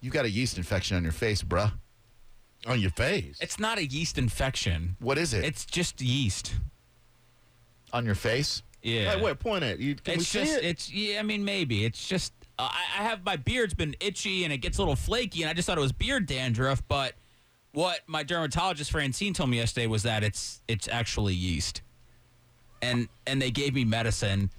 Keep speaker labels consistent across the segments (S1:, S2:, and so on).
S1: You got a yeast infection on your face, bruh.
S2: on your face.
S3: It's not a yeast infection.
S1: What is it?
S3: It's just yeast.
S1: on your face.
S3: Yeah.
S2: Like, what point at? You, can we
S3: It's
S2: see
S3: just.
S2: it?
S3: It's. Yeah. I mean, maybe. It's just. Uh, I, I have my beard's been itchy and it gets a little flaky, and I just thought it was beard dandruff. But what my dermatologist Francine told me yesterday was that it's it's actually yeast, and and they gave me medicine.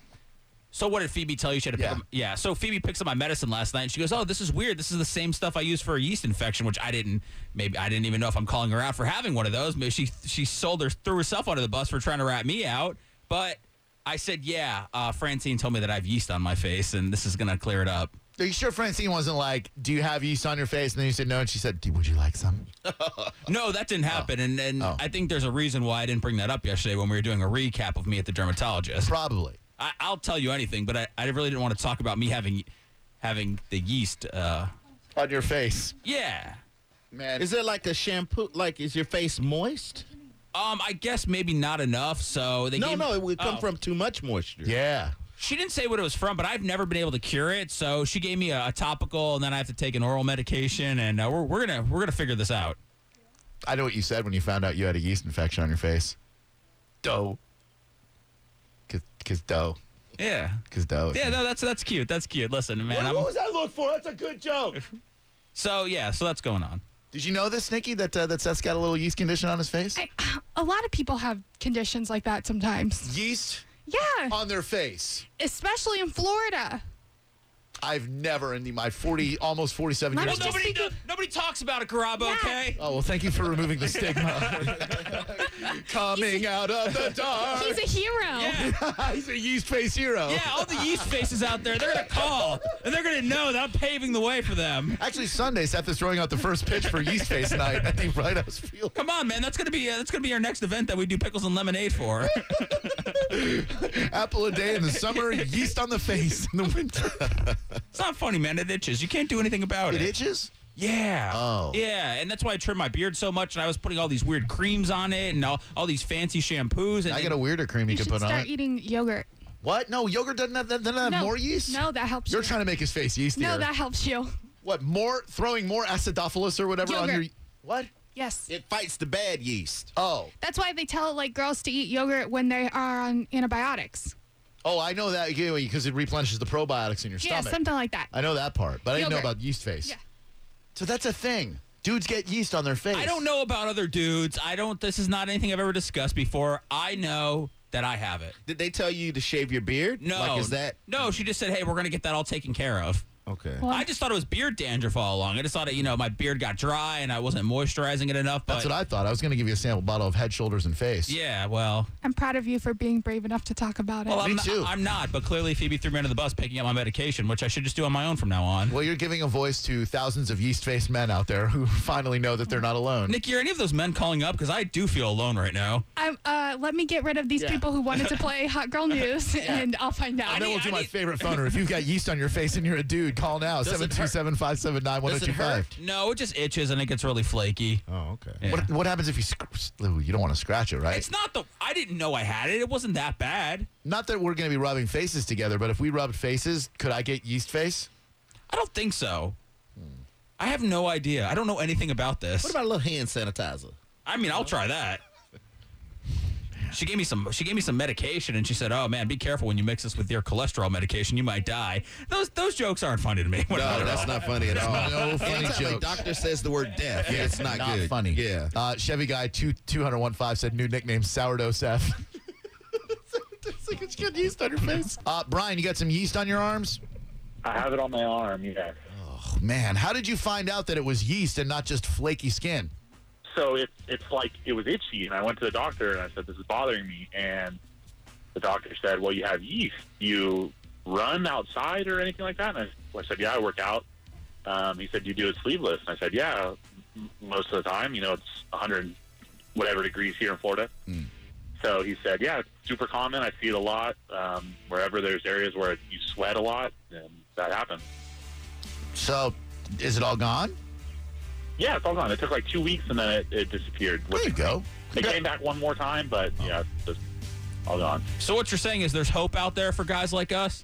S3: So what did Phoebe tell you? She had to
S1: Yeah.
S3: pick up, yeah. So Phoebe picks up my medicine last night, and she goes, "Oh, this is weird. This is the same stuff I use for a yeast infection, which I didn't. Maybe I didn't even know if I'm calling her out for having one of those. Maybe she she sold her threw herself under the bus for trying to rat me out. But I said, yeah. Uh, Francine told me that I have yeast on my face, and this is gonna clear it up.
S1: Are you sure Francine wasn't like, "Do you have yeast on your face?" And then you said no, and she said, "Do- "Would you like some?"
S3: No, that didn't happen, and and
S1: Oh.
S3: I think there's a reason why I didn't bring that up yesterday when we were doing a recap of me at the dermatologist.
S1: Probably.
S3: I, I'll tell you anything, but I, I really didn't want to talk about me having having the yeast. Uh,
S1: On your face,
S3: yeah.
S1: man.
S2: Is it like a shampoo? Like, is your face moist?
S3: Um, I guess maybe not enough. So they
S2: No,
S3: gave me-
S2: no, it would come
S3: Oh.
S2: from too much moisture.
S1: yeah.
S3: She didn't say what it was from, but I've never been able to cure it. So she gave me a, a topical, and then I have to take an oral medication, and uh, we're, we're gonna we're gonna figure this out.
S1: I know what you said when you found out you had a yeast infection on your face. Dough. Cause, cause dough.
S3: Yeah,
S1: Cause dough.
S3: yeah. No, that's that's cute. That's cute. Listen, man.
S2: What,
S3: I'm,
S2: what was I look for? That's a good joke.
S3: so yeah, so that's going on.
S1: Did you know this, Nikki? That uh, that Seth's got a little yeast condition on his face.
S4: I, a lot of people have conditions like that sometimes.
S1: yeast
S4: Yeah,
S1: on their face.
S4: especially in Florida.
S1: I've never in the, my forty, almost forty-seven
S4: Let
S1: years.
S4: me just-
S3: Nobody do,
S4: Nobody do-
S3: nobody talks about it, Garabo.
S4: Yeah.
S3: Okay.
S4: okay?
S1: Oh well, thank you for removing the stigma. Coming out of the dark.
S4: He's a hero.
S3: Yeah.
S1: He's a yeast face hero.
S3: yeah. All the yeast faces out there, they're gonna call, and they're gonna know that I'm paving the way for them.
S1: Actually, Sunday, Seth is throwing out the first pitch for Yeast Face Night at the Right House Field.
S3: Come on, man. That's gonna be uh, that's gonna be our next event that we do pickles and lemonade for.
S1: Apple a day in the summer, yeast on the face in the winter.
S3: It's not funny, man. It itches. You can't do anything about it.
S1: It itches?
S3: Yeah.
S1: Oh.
S3: Yeah, and that's why I trimmed my beard so much, and I was putting all these weird creams on it, and all, all these fancy shampoos. And
S1: I got a weirder cream you,
S4: You
S1: can
S4: should
S1: put
S4: start
S1: on it.
S4: eating yogurt.
S1: What? No, yogurt doesn't have, doesn't have
S4: no,
S1: more yeast?
S4: No, that helps
S1: You're
S4: you.
S1: trying to make his face yeastier.
S4: no, that helps you.
S1: What, more, throwing more acidophilus or whatever on
S4: Yogurt.
S1: your. What?
S4: Yes.
S2: It fights the bad yeast.
S1: Oh.
S4: That's why they tell like girls to eat yogurt when they are on antibiotics.
S1: Oh, I know that because it replenishes the probiotics in your
S4: Yeah,
S1: stomach.
S4: something like that.
S1: I know that part, but I didn't know
S4: Yogurt.
S1: about yeast face.
S4: Yeah.
S1: So that's a thing. Dudes get yeast on their face.
S3: I don't know about other dudes. I don't. This is not anything I've ever discussed before. I know that I have it.
S2: Did they tell you to shave your beard?
S3: No.
S2: Like, is that?
S3: No, she just said, "Hey, we're gonna get that all taken care of."
S2: Okay.
S4: Well,
S3: I just thought it was beard dandruff all along. I just thought it, you know, my beard got dry and I wasn't moisturizing it enough. But
S1: That's what I thought. I was going to give you a sample bottle of head, shoulders, and face.
S3: yeah, well,
S4: I'm proud of you for being brave enough to talk about it.
S3: well, I'm
S1: Me too.
S3: Not, I'm not. But clearly, Phoebe threw me under the bus picking up my medication, which I should just do on my own from now on.
S1: Well, you're giving a voice to thousands of yeast faced men out there who finally know that they're not alone.
S3: Nick, are any of those men calling up? Because I do feel alone right now.
S4: I'm, uh, let me get rid of these people who wanted to play Hot Girl News, and I'll find out.
S1: and then
S3: need-
S1: we'll do
S3: I
S1: my
S3: need-
S1: favorite phoner. If you've got yeast on your face and you're a dude, call now
S2: Does it hurt?
S1: 727 579
S2: Does it
S1: 1025.
S2: hurt?
S3: No, it just itches and it gets really flaky.
S2: Oh, okay.
S3: Yeah.
S1: What, what happens if you sc- Ooh, you don't want to scratch it, right?
S3: It's not the. I didn't know I had it. It wasn't that bad.
S1: not that we're going to be rubbing faces together, but if we rubbed faces, could I get yeast face?
S3: I don't think so. I have no idea. I don't know anything about this.
S2: What about a little hand sanitizer?
S3: I mean, I'll try that. She gave me some. She gave me some medication, and she said, "Oh man, be careful when you mix this with your cholesterol medication. You might die." Those those jokes aren't funny to me.
S2: Oh, No, that's not funny at all.
S1: Oh, No funny
S2: Anytime a
S1: jokes.
S2: doctor says the word death, yeah, it's not,
S1: Not
S2: good.
S1: funny.
S2: Yeah.
S1: Uh, Chevy guy two two hundred one five said new nickname sourdough Seth. it's like it's got yeast on your face. Uh, Brian, you got some yeast on your arms? Oh,
S5: I have it on my arm, yes.
S1: Man, how did you find out that it was yeast and not just flaky skin?
S5: So it, it's like it was itchy, and I went to the doctor and I said, This is bothering me. And the doctor said, Well, you have yeast. You run outside or anything like that? And I, I said, Yeah, I work out. Um, he said, You do it sleeveless. And I said, Yeah, m- most of the time. You know, it's 100 whatever degrees here in Florida.
S1: Hmm.
S5: So he said, Yeah, it's super common. I see it a lot. Um, wherever there's areas where you sweat a lot, and that happens.
S1: So, is it all gone?
S5: Yeah, it's all gone. It took like two weeks and then it, it disappeared.
S1: There you go.
S5: They came back one more time,
S1: Oh.
S5: but yeah, it's just all gone.
S3: So what you're saying is there's hope out there for guys like us.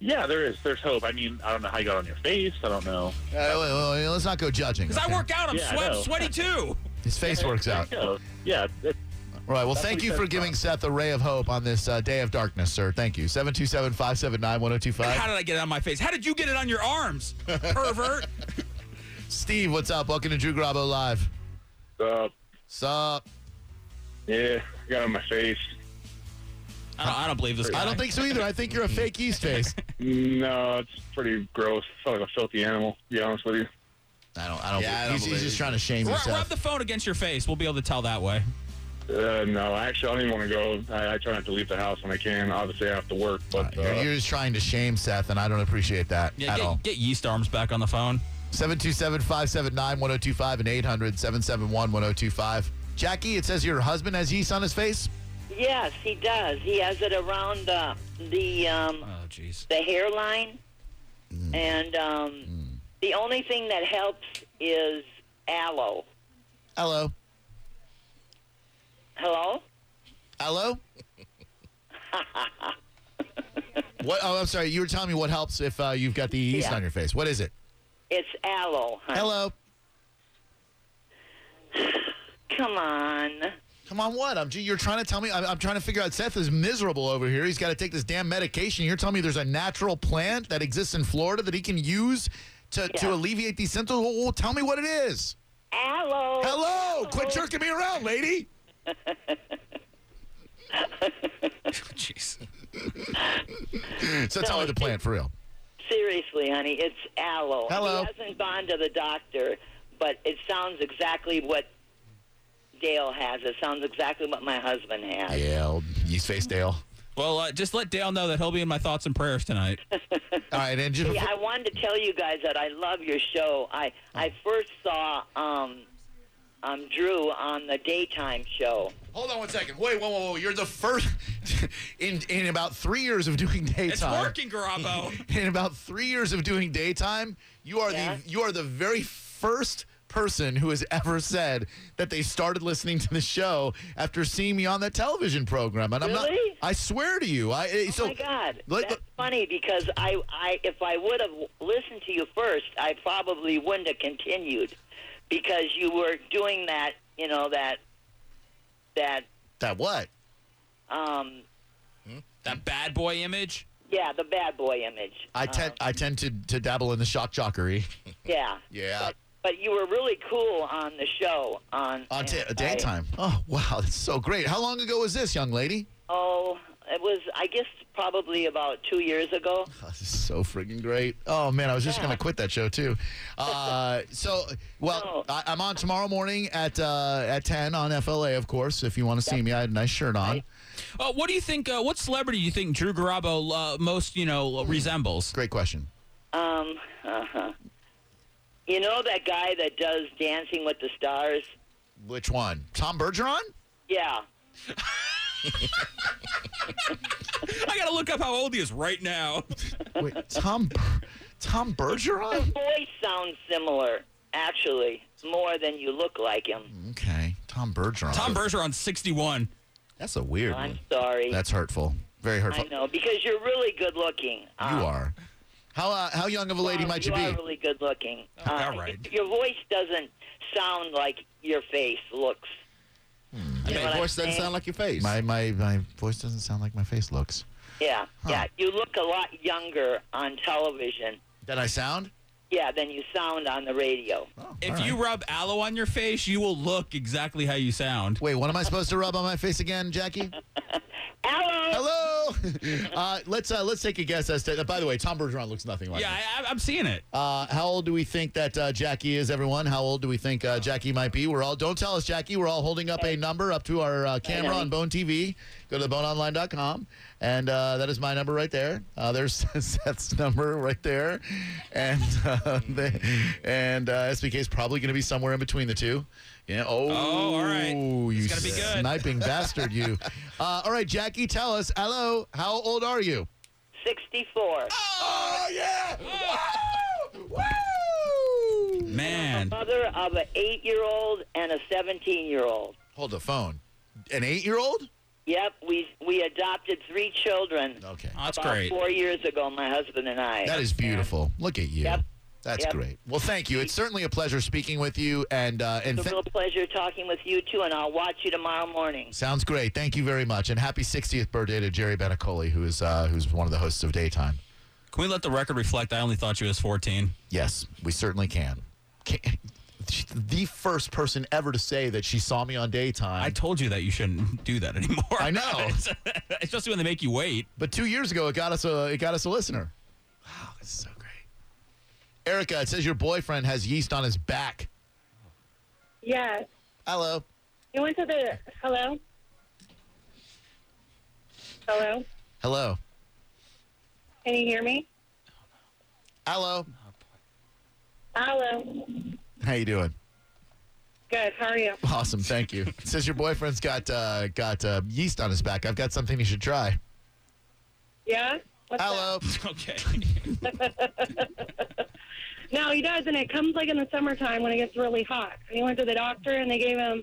S5: Yeah, there is. There's hope. I mean, I don't know how you got on your face. I don't know.
S1: Uh, wait, wait, wait, let's not go judging.
S3: Because
S1: okay?
S3: I work out, I'm
S5: Yeah, I
S3: sweat,
S5: know.
S3: sweaty too.
S1: His face works out. All
S5: So, yeah, it-
S1: right. Well,
S5: That's
S1: thank
S5: what
S1: you
S5: he
S1: for
S5: said,
S1: giving
S5: Bob.
S1: Seth a ray of hope on this uh, day of darkness, sir. Thank you. 727 579
S3: How
S1: 1025.
S3: did I get it on my face? How did you get it on your arms, pervert?
S1: Steve, what's up? Welcome to Drew Grabo Live.
S5: uh,
S1: Sup?
S5: yeah, got on my face.
S3: I don't, I don't believe this guy.
S1: I don't think so either. I think you're a fake yeast face.
S5: No, it's pretty gross. It's like a filthy animal. To be honest with you.
S1: I don't. I don't.
S2: Yeah, I don't
S1: he's, he's
S2: believe
S1: just
S2: you.
S1: trying to shame
S3: Ru-
S1: himself.
S3: Rub the phone against your face. We'll be able to tell that way.
S5: Uh, no, actually, I don't even want to go. I, I try not to leave the house when I can. Obviously, I have to work, but
S1: You're,
S5: uh,
S1: you're just trying to shame Seth, and I don't appreciate that
S3: Yeah,
S1: at all.
S3: get, get yeast arms back on the phone.
S1: 727 579 1025 and 800 771 1025. Jackie, it says your husband has yeast on his face.
S6: Yes, he does. He has it around the the um,
S3: Oh, jeez.
S6: the hairline,
S1: Mm.
S6: and um, the only thing that helps is aloe.
S1: Hello.
S6: Hello.
S1: Hello? what? Oh, I'm sorry. You were telling me what helps if uh, you've got the yeast
S6: Yeah.
S1: on your face. What is it?
S6: It's aloe. Honey.
S1: Hello.
S6: Come on.
S1: Come on, what? I'm. You're trying to tell me. I'm, I'm trying to figure out. Seth is miserable over here. He's got to take this damn medication. You're telling me there's a natural plant that exists in Florida that he can use to, to
S6: Yeah.
S1: alleviate these symptoms. Well, well, tell me what it is.
S6: Aloe.
S1: Hello. Quit jerking me around, lady.
S3: Jeez.
S1: So tell me the plant for real.
S6: Seriously, honey, it's aloe.
S1: Hello.
S6: He hasn't gone to the doctor, but it sounds exactly what Dale has. It sounds exactly what my husband has.
S1: Dale, yeast face Dale.
S3: Well, uh, just let Dale know that he'll be in my thoughts and prayers tonight.
S1: All right, and just
S6: Hey, I wanted to tell you guys that I love your show. I I first saw um, um, Drew on the daytime show.
S1: Hold on one second. Wait, whoa, whoa, whoa. You're the first in in about three years of doing daytime.
S3: It's working, Garabo.
S1: In about three years of doing daytime, you are
S6: Yeah.
S1: the you are the very first person who has ever said that they started listening to the show after seeing me on that television program. And I'm not
S6: Really?
S1: I swear to you. I oh so
S6: oh my God,
S1: Let-
S6: that's funny because I, I if I would have listened to you first, I probably wouldn't have continued because you were doing that, you know that that
S1: that what?
S6: um,
S3: that bad boy image.
S6: yeah the bad boy image.
S1: I tend I tend to, to dabble in the shock jockery.
S6: Yeah,
S1: Yeah.
S6: but you were really cool on the show on
S1: On ta-
S6: and I-
S1: daytime. Oh wow, that's so great. How long ago was this, young lady?
S6: Oh, it was, I guess, probably about two years ago.
S1: Oh, this is so friggin' great. Oh man, I was just
S6: Yeah.
S1: gonna quit that show too. Uh, so, well,
S6: No.
S1: I, I'm on tomorrow morning at uh, at ten on FLA, of course. If you want to see me, I had a nice shirt on.
S3: Uh, what do you think? Uh, what celebrity do you think Drew Garabo uh, most, you know, resembles?
S1: Great question.
S6: Um, uh-huh. You know that guy that does Dancing with the Stars?
S1: Which one? Tom Bergeron?
S6: Yeah.
S3: I gotta look up how old he is right now.
S1: Wait, Tom Ber- Tom
S6: The
S1: Bergeron?
S6: voice sounds similar, actually, more than you look like
S1: Mm-hmm.
S6: him.
S1: Okay, Tom Bergeron.
S3: Tom Bergeron's 61.
S2: That's a weird
S6: I'm
S2: one.
S6: sorry.
S1: That's hurtful. Very
S6: I
S1: hurtful.
S6: know, because you're really good looking. Uh,
S1: You are. How uh, how young of a lady might you,
S6: You
S1: be?
S6: are really good looking. Uh,
S3: all right.
S6: y- Your voice doesn't sound like your face looks.
S1: Hmm.
S6: You
S2: Your
S6: know what I'm
S2: voice doesn't
S6: saying?
S2: sound like your face.
S1: my my my voice doesn't sound like my face looks.
S6: Yeah, yeah. You look a lot younger on television,
S1: Did I sound?
S6: yeah, than you sound on the radio.
S1: Oh,
S3: If
S1: all right.
S3: you rub aloe on your face, you will look exactly how you sound.
S1: Wait, what am I supposed to rub on my face again, Jackie?
S6: Hello.
S1: Hello. uh, let's uh, let's take a guess as to. by the way, Tom Bergeron looks nothing like.
S3: Yeah,
S1: him.
S3: I, I- I'm seeing it.
S1: Uh, how old do we think that uh, Jackie is? Everyone, how old do we think uh, Jackie might be? We're all don't tell us, Jackie. We're all holding up a number up to our uh, camera on Bone TV. Go to boneonline.com, and uh, that is my number right there. Uh, there's Seth's number right there, and uh, the, and uh, SBK is probably going to be somewhere in between the two. Yeah. Oh.
S3: Oh, all right.
S1: You
S3: It's gotta be good.
S1: sniping bastard, you. Uh, all right, Jackie, tell us. Hello, how old are you?
S6: 64.
S1: Oh yeah. Woo! Woo!
S3: Man,
S6: Mother of an eight-year-old and a 17-year-old.
S1: Hold the phone. An eight year old?
S6: Yep, we we adopted three children.
S1: Okay.
S3: Oh, that's
S6: about
S3: great.
S6: Four years ago, my husband and I.
S1: That is beautiful. Look at you.
S6: Yep.
S1: That's
S6: Yep.
S1: great. Well, thank you. It's certainly a pleasure speaking with you, and uh, and
S6: It's a
S1: th-
S6: real pleasure talking with you too, and I'll watch you tomorrow morning.
S1: sounds great. Thank you very much, and happy 60th birthday to Jerry Benicoli, who is uh, who's one of the hosts of Daytime.
S3: Can we let the record reflect? I only thought you was 14.
S1: Yes, we certainly can. can the first person ever to say that she saw me on Daytime.
S3: I told you that you shouldn't do that anymore.
S1: I know.
S3: Especially when they make you wait.
S1: But two years ago, it got us a it got us a listener. Wow, this is so great. Erica, it says your boyfriend has yeast on his back.
S7: Yes.
S1: Hello.
S7: You went to the hello. Hello.
S1: Hello.
S7: Can you hear me?
S1: Hello.
S7: Hello.
S1: How you doing?
S7: Good. How are you?
S1: Awesome, thank you. It says your boyfriend's got uh, got uh, yeast on his back. I've got something you should try.
S7: Yeah. What's
S1: Hello.
S3: Okay.
S7: that? No, he doesn't. It comes like in the summertime when it gets really hot. And he went to the doctor and they gave him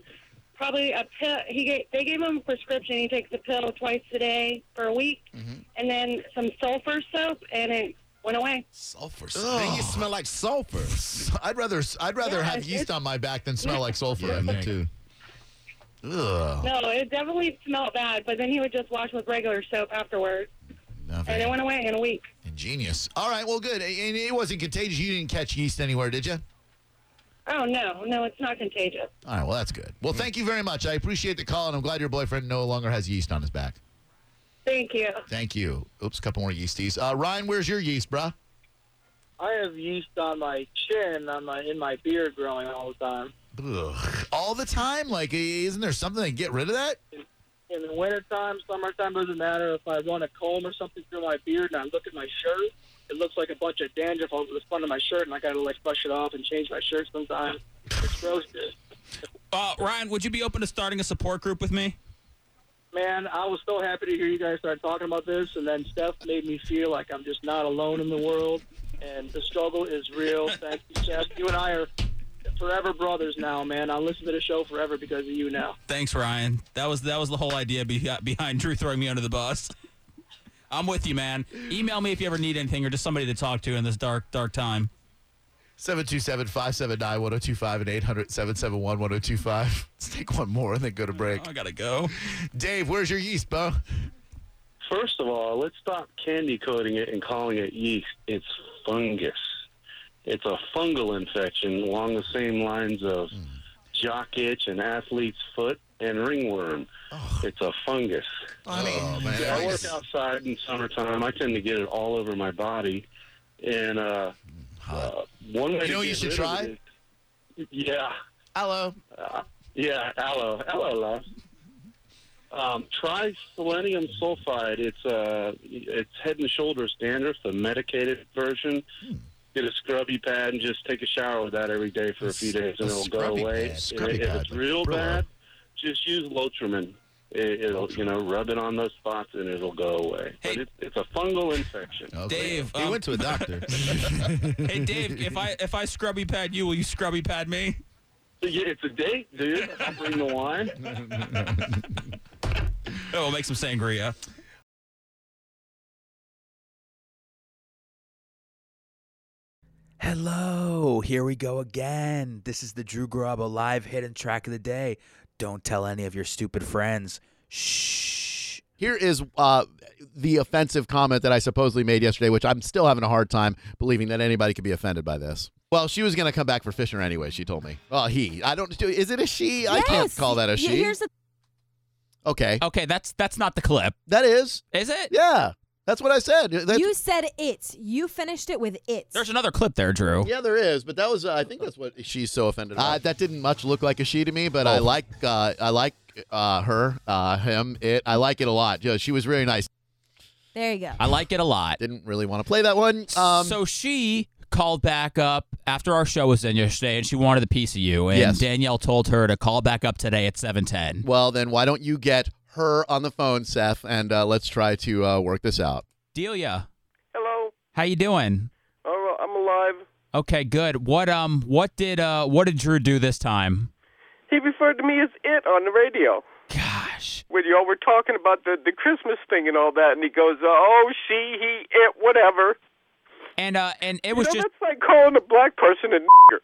S7: probably a pill. He gave, they gave him a prescription. He takes a pill twice a day for a week, and then some sulfur soap, and it went away.
S2: Sulfur. Then you smell like sulfur.
S1: I'd rather I'd rather
S7: Yeah,
S1: have yeast
S7: it's-
S1: on my back than smell like sulfur.
S2: Yeah,
S1: I
S2: me
S1: think.
S2: too.
S1: Ugh.
S7: No, it definitely smelled bad. But then he would just wash with regular soap afterwards,
S1: No,
S7: and it
S1: very
S7: went away in a week.
S1: ingenious. All right, well, good. And it wasn't contagious. You didn't catch yeast anywhere, did you?
S7: Oh no, no, it's not contagious.
S1: All right, well, that's good. Well, thank you very much. I appreciate the call, and I'm glad your boyfriend no longer has yeast on his back.
S7: Thank you.
S1: Thank you. Oops, a couple more yeasties. Uh, Ryan, where's your yeast, bruh?
S8: I have yeast on my chin, on my in my beard, growing all the time.
S1: Ugh. All the time? Like, isn't there something to get rid of that?
S8: In the wintertime, summertime, doesn't matter. If I run a comb or something through my beard and I look at my shirt, it looks like a bunch of dandruff over the front of my shirt, and I gotta like brush it off and change my shirt sometimes. It's roasted.
S3: Uh, Ryan, would you be open to starting a support group with me?
S8: Man, I was so happy to hear you guys start talking about this, and then Steph made me feel like I'm just not alone in the world, and the struggle is real. Thank you, Steph. You and I are forever brothers now, man. I'll listen to the show forever because of you now.
S3: Thanks, Ryan. That was that was the whole idea be- uh, behind Drew throwing me under the bus. I'm with you, man. Email me if you ever need anything or just somebody to talk to in this dark, dark time.
S1: 727 579 1025 and 800 771 1025. Let's take one more and then go to break.
S3: I gotta go.
S1: Dave, where's your yeast, bro?
S9: First of all, let's stop candy coating it and calling it yeast. It's fungus. It's a fungal infection along the same lines of
S1: Hmm.
S9: jock itch and athlete's foot and ringworm. It's a fungus.
S1: I mean,
S2: oh, man.
S9: I
S2: I
S9: work
S2: just-
S9: outside in summertime. I tend to get it all over my body, and uh, uh, one way
S1: Hmm, You
S9: to
S1: know what
S9: get
S1: you should
S9: rid of
S1: try?
S9: it is- yeah, Uh,
S1: Hello.
S9: yeah, aloe, aloe, love. Um, try selenium sulfide. It's uh, it's head and shoulders dandruff, the medicated version.
S1: Hmm.
S9: Get a scrubby pad and just take a shower with that every day for a few days, and
S1: A
S9: it'll go
S1: scrubby
S9: away.
S1: pad,
S9: If-
S1: scrubby
S9: if
S1: pad,
S9: it's
S1: like
S9: real
S1: Brillo.
S9: bad, just use Lotrimin. It, it'll you know rub it on those spots and it'll go away.
S3: Hey.
S9: But it's, it's a fungal infection.
S1: Okay.
S3: Dave.
S2: He
S3: um,
S2: went to a doctor.
S3: hey, Dave. If I if I scrubby pad you, will you scrubby pad me?
S9: Yeah, It's a date, dude. I'll bring the wine.
S3: Oh, we'll make some sangria.
S10: Hello, here we go again. This is the Drew Garabo live hidden track of the day. Don't tell any of your stupid friends. Shh.
S1: Here is uh, the offensive comment that I supposedly made yesterday, which I'm still having a hard time believing that anybody could be offended by this. Well, she was going to come back for Fisher anyway. She told me. Well, he. I don't. Is it a she? I can't
S11: Yes.
S1: call that a
S11: Y-
S1: she.
S11: Here's the
S1: okay,
S3: Okay, that's that's not the clip,
S1: that is.
S3: is it?
S1: Yeah, that's what I said. That's-
S11: you said it. You finished it with it.
S3: There's another clip there, Drew.
S12: Yeah, there is, but that was uh, I think that's what she's so offended
S1: Uh,
S12: about.
S1: that didn't much look like a she to me, but I like uh, I like uh, her, uh, him, it. I like it a lot. Yeah, she was really nice.
S11: there you go.
S3: I like it a lot.
S1: Didn't really want to play that one. Um,
S3: so she called back up after our show was in yesterday, and she wanted a piece of you. And
S1: Yes.
S3: Danielle told her to call back up today at seven ten.
S1: well, then why don't you get her on the phone, Seth, and uh, let's try to uh, work this out.
S3: Delia,
S8: Hello.
S3: how you doing?
S8: Oh, I'm alive.
S3: Okay, good. What um, what did uh, what did Drew do this time?
S8: He referred to me as it on the radio.
S3: God,
S9: When y'all were talking about the, the Christmas thing and all that, and he goes, oh, she, he, it, whatever.
S3: And uh, and it
S9: was just that's like calling a black person a nigger.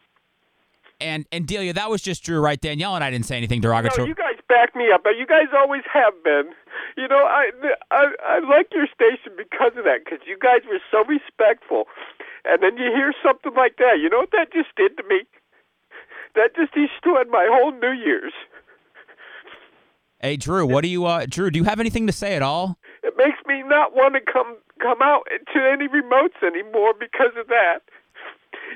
S3: And and Delia, that was just Drew right. Danielle and I didn't say anything
S9: No,
S3: derogatory.
S9: you guys back me up. You guys always have been. You know, I I, I like your station because of that. Because you guys were so respectful, and then you hear something like that. You know what that just did to me? That just destroyed my whole New Year's.
S3: hey Drew, what do you uh Drew? Do you have anything to say at all?
S9: It makes me not want to come come out to any remotes anymore because of that.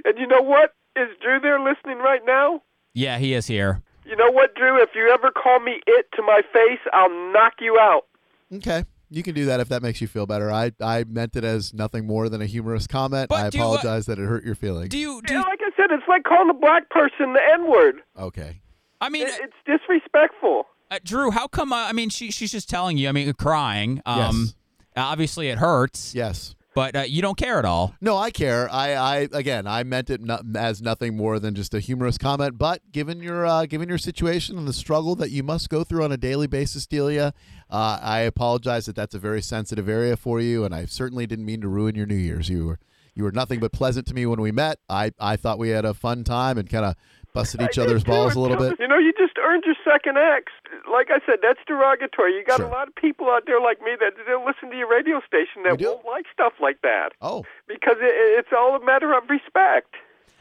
S9: And you know what? Is Drew there listening right now?
S3: Yeah, he is here.
S9: You know what, Drew? If you ever call me it to my face, I'll knock you out.
S1: Okay. You can do that if that makes you feel better. I, I meant it as nothing more than a humorous comment. I apologize that it hurt your feelings.
S3: Do you,
S9: know, like I said, it's like calling a black person the N word.
S1: okay.
S3: I mean,
S9: it's disrespectful.
S3: Uh, Drew, how come? Uh, I mean, she she's just telling you. I mean, crying. Um, Obviously, it hurts.
S1: Yes.
S3: But uh, you don't care at all.
S1: No, I care. I, I again, I meant it no, as nothing more than just a humorous comment. But given your uh, given your situation and the struggle that you must go through on a daily basis, Delia, uh, I apologize that that's a very sensitive area for you, and I certainly didn't mean to ruin your New Year's. You were you were nothing but pleasant to me when we met. I I thought we had a fun time and kind of busted each other's balls a little bit.
S9: You know, you just earned your second X. Like I said, that's derogatory. You got a lot of people out there like me that don't listen to your radio station that won't like stuff like that.
S1: Oh.
S9: Because it, it's all a matter of respect.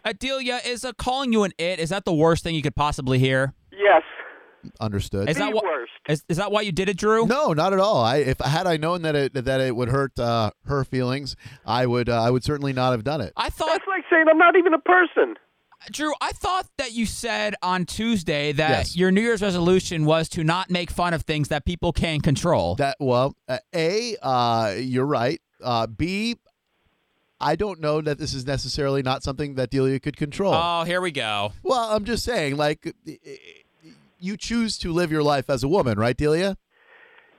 S3: Adelia is uh, calling you an it. Is that the worst thing you could possibly hear?
S9: Yes.
S1: Understood.
S3: Is that wh- Is, is that why you did it, Drew?
S1: No, not at all. I if had I known that it that it would hurt uh, her feelings, I would uh, I would certainly not have done it.
S3: Oh, I thought
S9: it's like saying I'm not even a person.
S3: Drew, I thought that you said on Tuesday that your New Year's resolution was to not make fun of things that people can control.
S1: That well, uh, a uh, you're right. Uh, B, I don't know that this is necessarily not something that Delia could control.
S3: Oh, here we go.
S1: well, I'm just saying, like, you choose to live your life as a woman, right, Delia?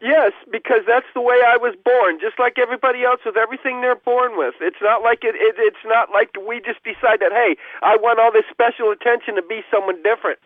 S9: Yes, because that's the way I was born, just like everybody else with everything they're born with. It's not like it, it it's not like we just decide that hey, I want all this special attention to be someone different.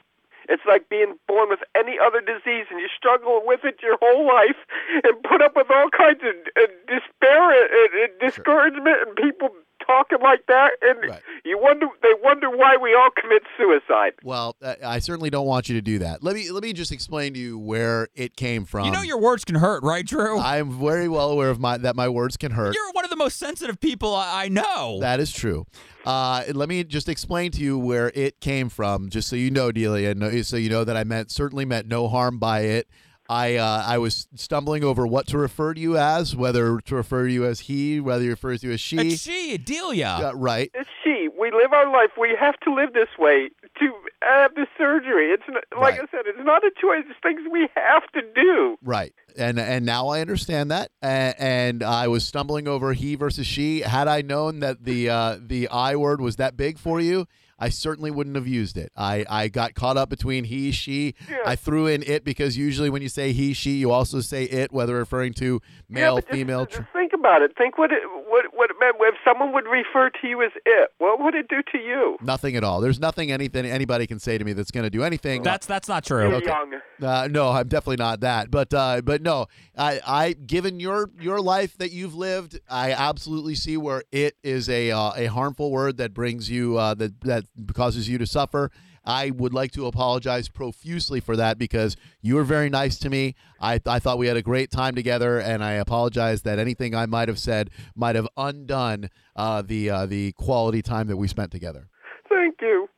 S9: It's like being born with any other disease and you struggle with it your whole life and put up with all kinds of uh, despair and, and, and discouragement and people talking like that and you wonder they wonder why we all commit suicide.
S1: Well, I I certainly don't want you to do that. Let me let me just explain to you where it came from. You know
S3: your words can hurt, right, Drew?
S1: I'm very well aware of my that my words can hurt.
S3: You're one of the most sensitive people I, I know.
S1: That is true. Uh, let me just explain to you where it came from, just so you know, Delia, no, so you know that I meant certainly meant no harm by it. I uh, I was stumbling over what to refer to you as, whether to refer to you as he, whether he refers to you as she.
S3: It's she, Delia.
S1: Yeah, right.
S9: It's she. We live our life. We have to live this way to have the surgery. It's not, like I said, it's not a choice. It's things we have to do.
S1: Right. And and now I understand that. And, and I was stumbling over he versus she. Had I known that the uh, the I word was that big for you, I certainly wouldn't have used it. I, I got caught up between he, she. I threw in it because usually when you say he, she, you also say it, whether referring to male, female. tr-
S9: Think about it. Think what it, what what it meant. If someone would refer to you as it, what would it do to you?
S1: nothing at all. There's nothing anything anybody can say to me that's going to do anything.
S3: That's that's not true.
S9: You're young.
S1: Uh, no, I'm definitely not that. But uh, but no, I, I given your your life that you've lived, I absolutely see where it is a uh, a harmful word that brings you uh, that that causes you to suffer. I would like to apologize profusely for that because you were very nice to me. I, I thought we had a great time together, and I apologize that anything I might have said might have undone uh, the uh, the quality time that we spent together.
S9: Thank you.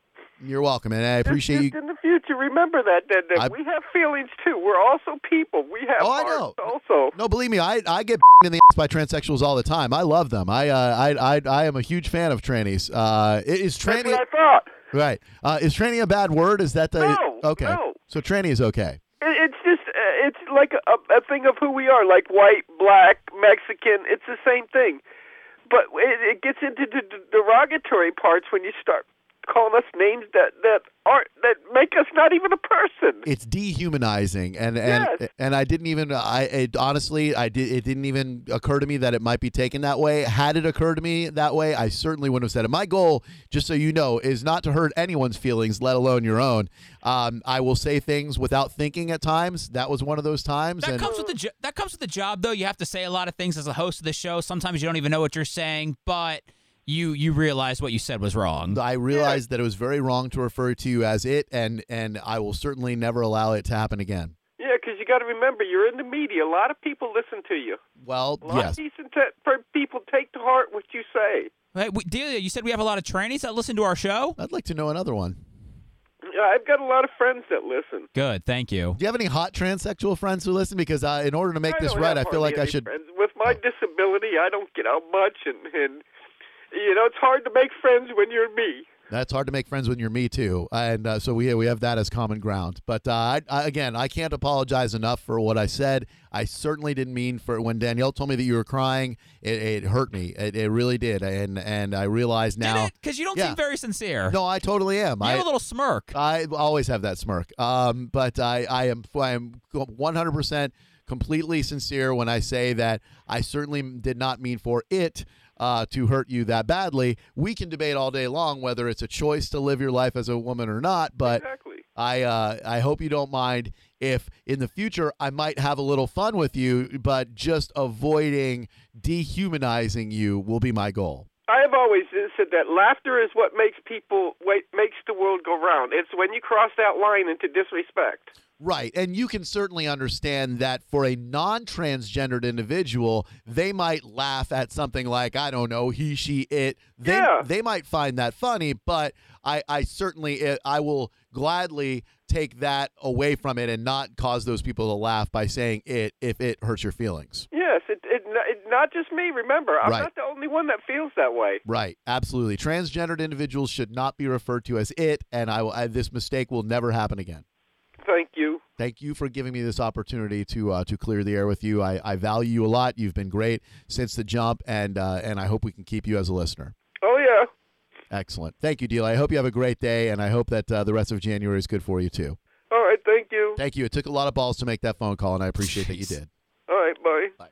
S1: You're welcome, and I appreciate you.
S9: Just in the future, remember that that, that
S1: I-
S9: we have feelings too. We're also people. We have
S1: Oh, I
S9: hearts
S1: know.
S9: also.
S1: No, believe me, I, I get in the ass by transsexuals all the time. I love them. I uh, I, I I am a huge fan of trannies. Uh, i- is tranny?
S9: what I thought.
S1: Right. Uh, is tranny a bad word? Is that the
S9: No,
S1: okay?
S9: no.
S1: So tranny is okay.
S9: It, it's just uh, it's like a, a thing of who we are, like white, black, Mexican. It's the same thing, but it, it gets into the derogatory parts when you start calling us names that that aren't that make us not even a person.
S1: it's dehumanizing and and
S9: Yes.
S1: and I didn't even I it, honestly I did it didn't even occur to me that it might be taken that way had it occurred to me that way I certainly wouldn't have said it my goal just so you know is not to hurt anyone's feelings let alone your own um, I will say things without thinking at times that was one of those times
S3: That
S1: and
S3: comes with the jo- that comes with the job, though. You have to say a lot of things as a host of the show. Sometimes you don't even know what you're saying, but you you realize what you said was wrong.
S1: I realized that it was very wrong to refer to you as it and and I will certainly never allow it to happen again
S9: Yeah, because you got to remember, you're in the media. A lot of people listen to you.
S1: well
S9: A lot
S1: yes
S9: of decent te- per- people take to heart what you say.
S3: Hey, we, Delia, you said we have a lot of trainees that listen to our show.
S1: I'd like to know another one.
S9: Yeah, I've got a lot of friends that listen.
S3: Good, thank you.
S1: Do you have any hot transsexual friends who listen? Because uh, in order to make
S9: I
S1: this
S9: don't
S1: right,
S9: have
S1: I feel
S9: hardly
S1: like I
S9: any
S1: should. Oh.
S9: friends. With my disability, I don't get out much, and and you know it's hard to make friends when you're me.
S1: That's hard to make friends when you're me too, and uh, so we we have that as common ground. But uh, I, I, again, I can't apologize enough for what I said. I certainly didn't mean for when Danielle told me that you were crying. It, it hurt me. It, it really did, and and I realize now
S3: Because you don't
S1: Yeah.
S3: seem very sincere.
S1: No, I totally am.
S3: You have
S1: I-
S3: a little smirk.
S1: I always have that smirk. Um, but I, I am I am 100% completely sincere when I say that I certainly did not mean for it uh, to hurt you that badly. We can debate all day long whether it's a choice to live your life as a woman or not, but I uh, I hope you don't mind if in the future I might have a little fun with you, but just avoiding dehumanizing you will be my goal.
S9: I have always said that laughter is what makes people wait, makes the world go round. It's when you cross that line into disrespect.
S1: Right. And you can certainly understand that for a non transgendered individual, they might laugh at something like, I don't know, he, she, it. They, they might find that funny, but I, I certainly, eh, I- I will gladly take that away from it and not cause those people to laugh by saying it if it hurts your feelings.
S9: Yes, it, it, it not just me. Remember, I'm
S1: Right.
S9: not the only one that feels that way.
S1: Right, absolutely. Transgendered individuals should not be referred to as it, and I will. I, this mistake will never happen again.
S9: Thank you.
S1: Thank you for giving me this opportunity to uh, to clear the air with you. I, I value you a lot. You've been great since the jump, and uh, and I hope we can keep you as a listener.
S9: Oh yeah.
S1: Excellent. Thank you, Deal. I hope you have a great day, and I hope that uh, the rest of January is good for you too.
S9: All right. Thank you.
S1: Thank you. It took a lot of balls to make that phone call, and I appreciate that you did.
S9: All right. Bye.
S1: Bye.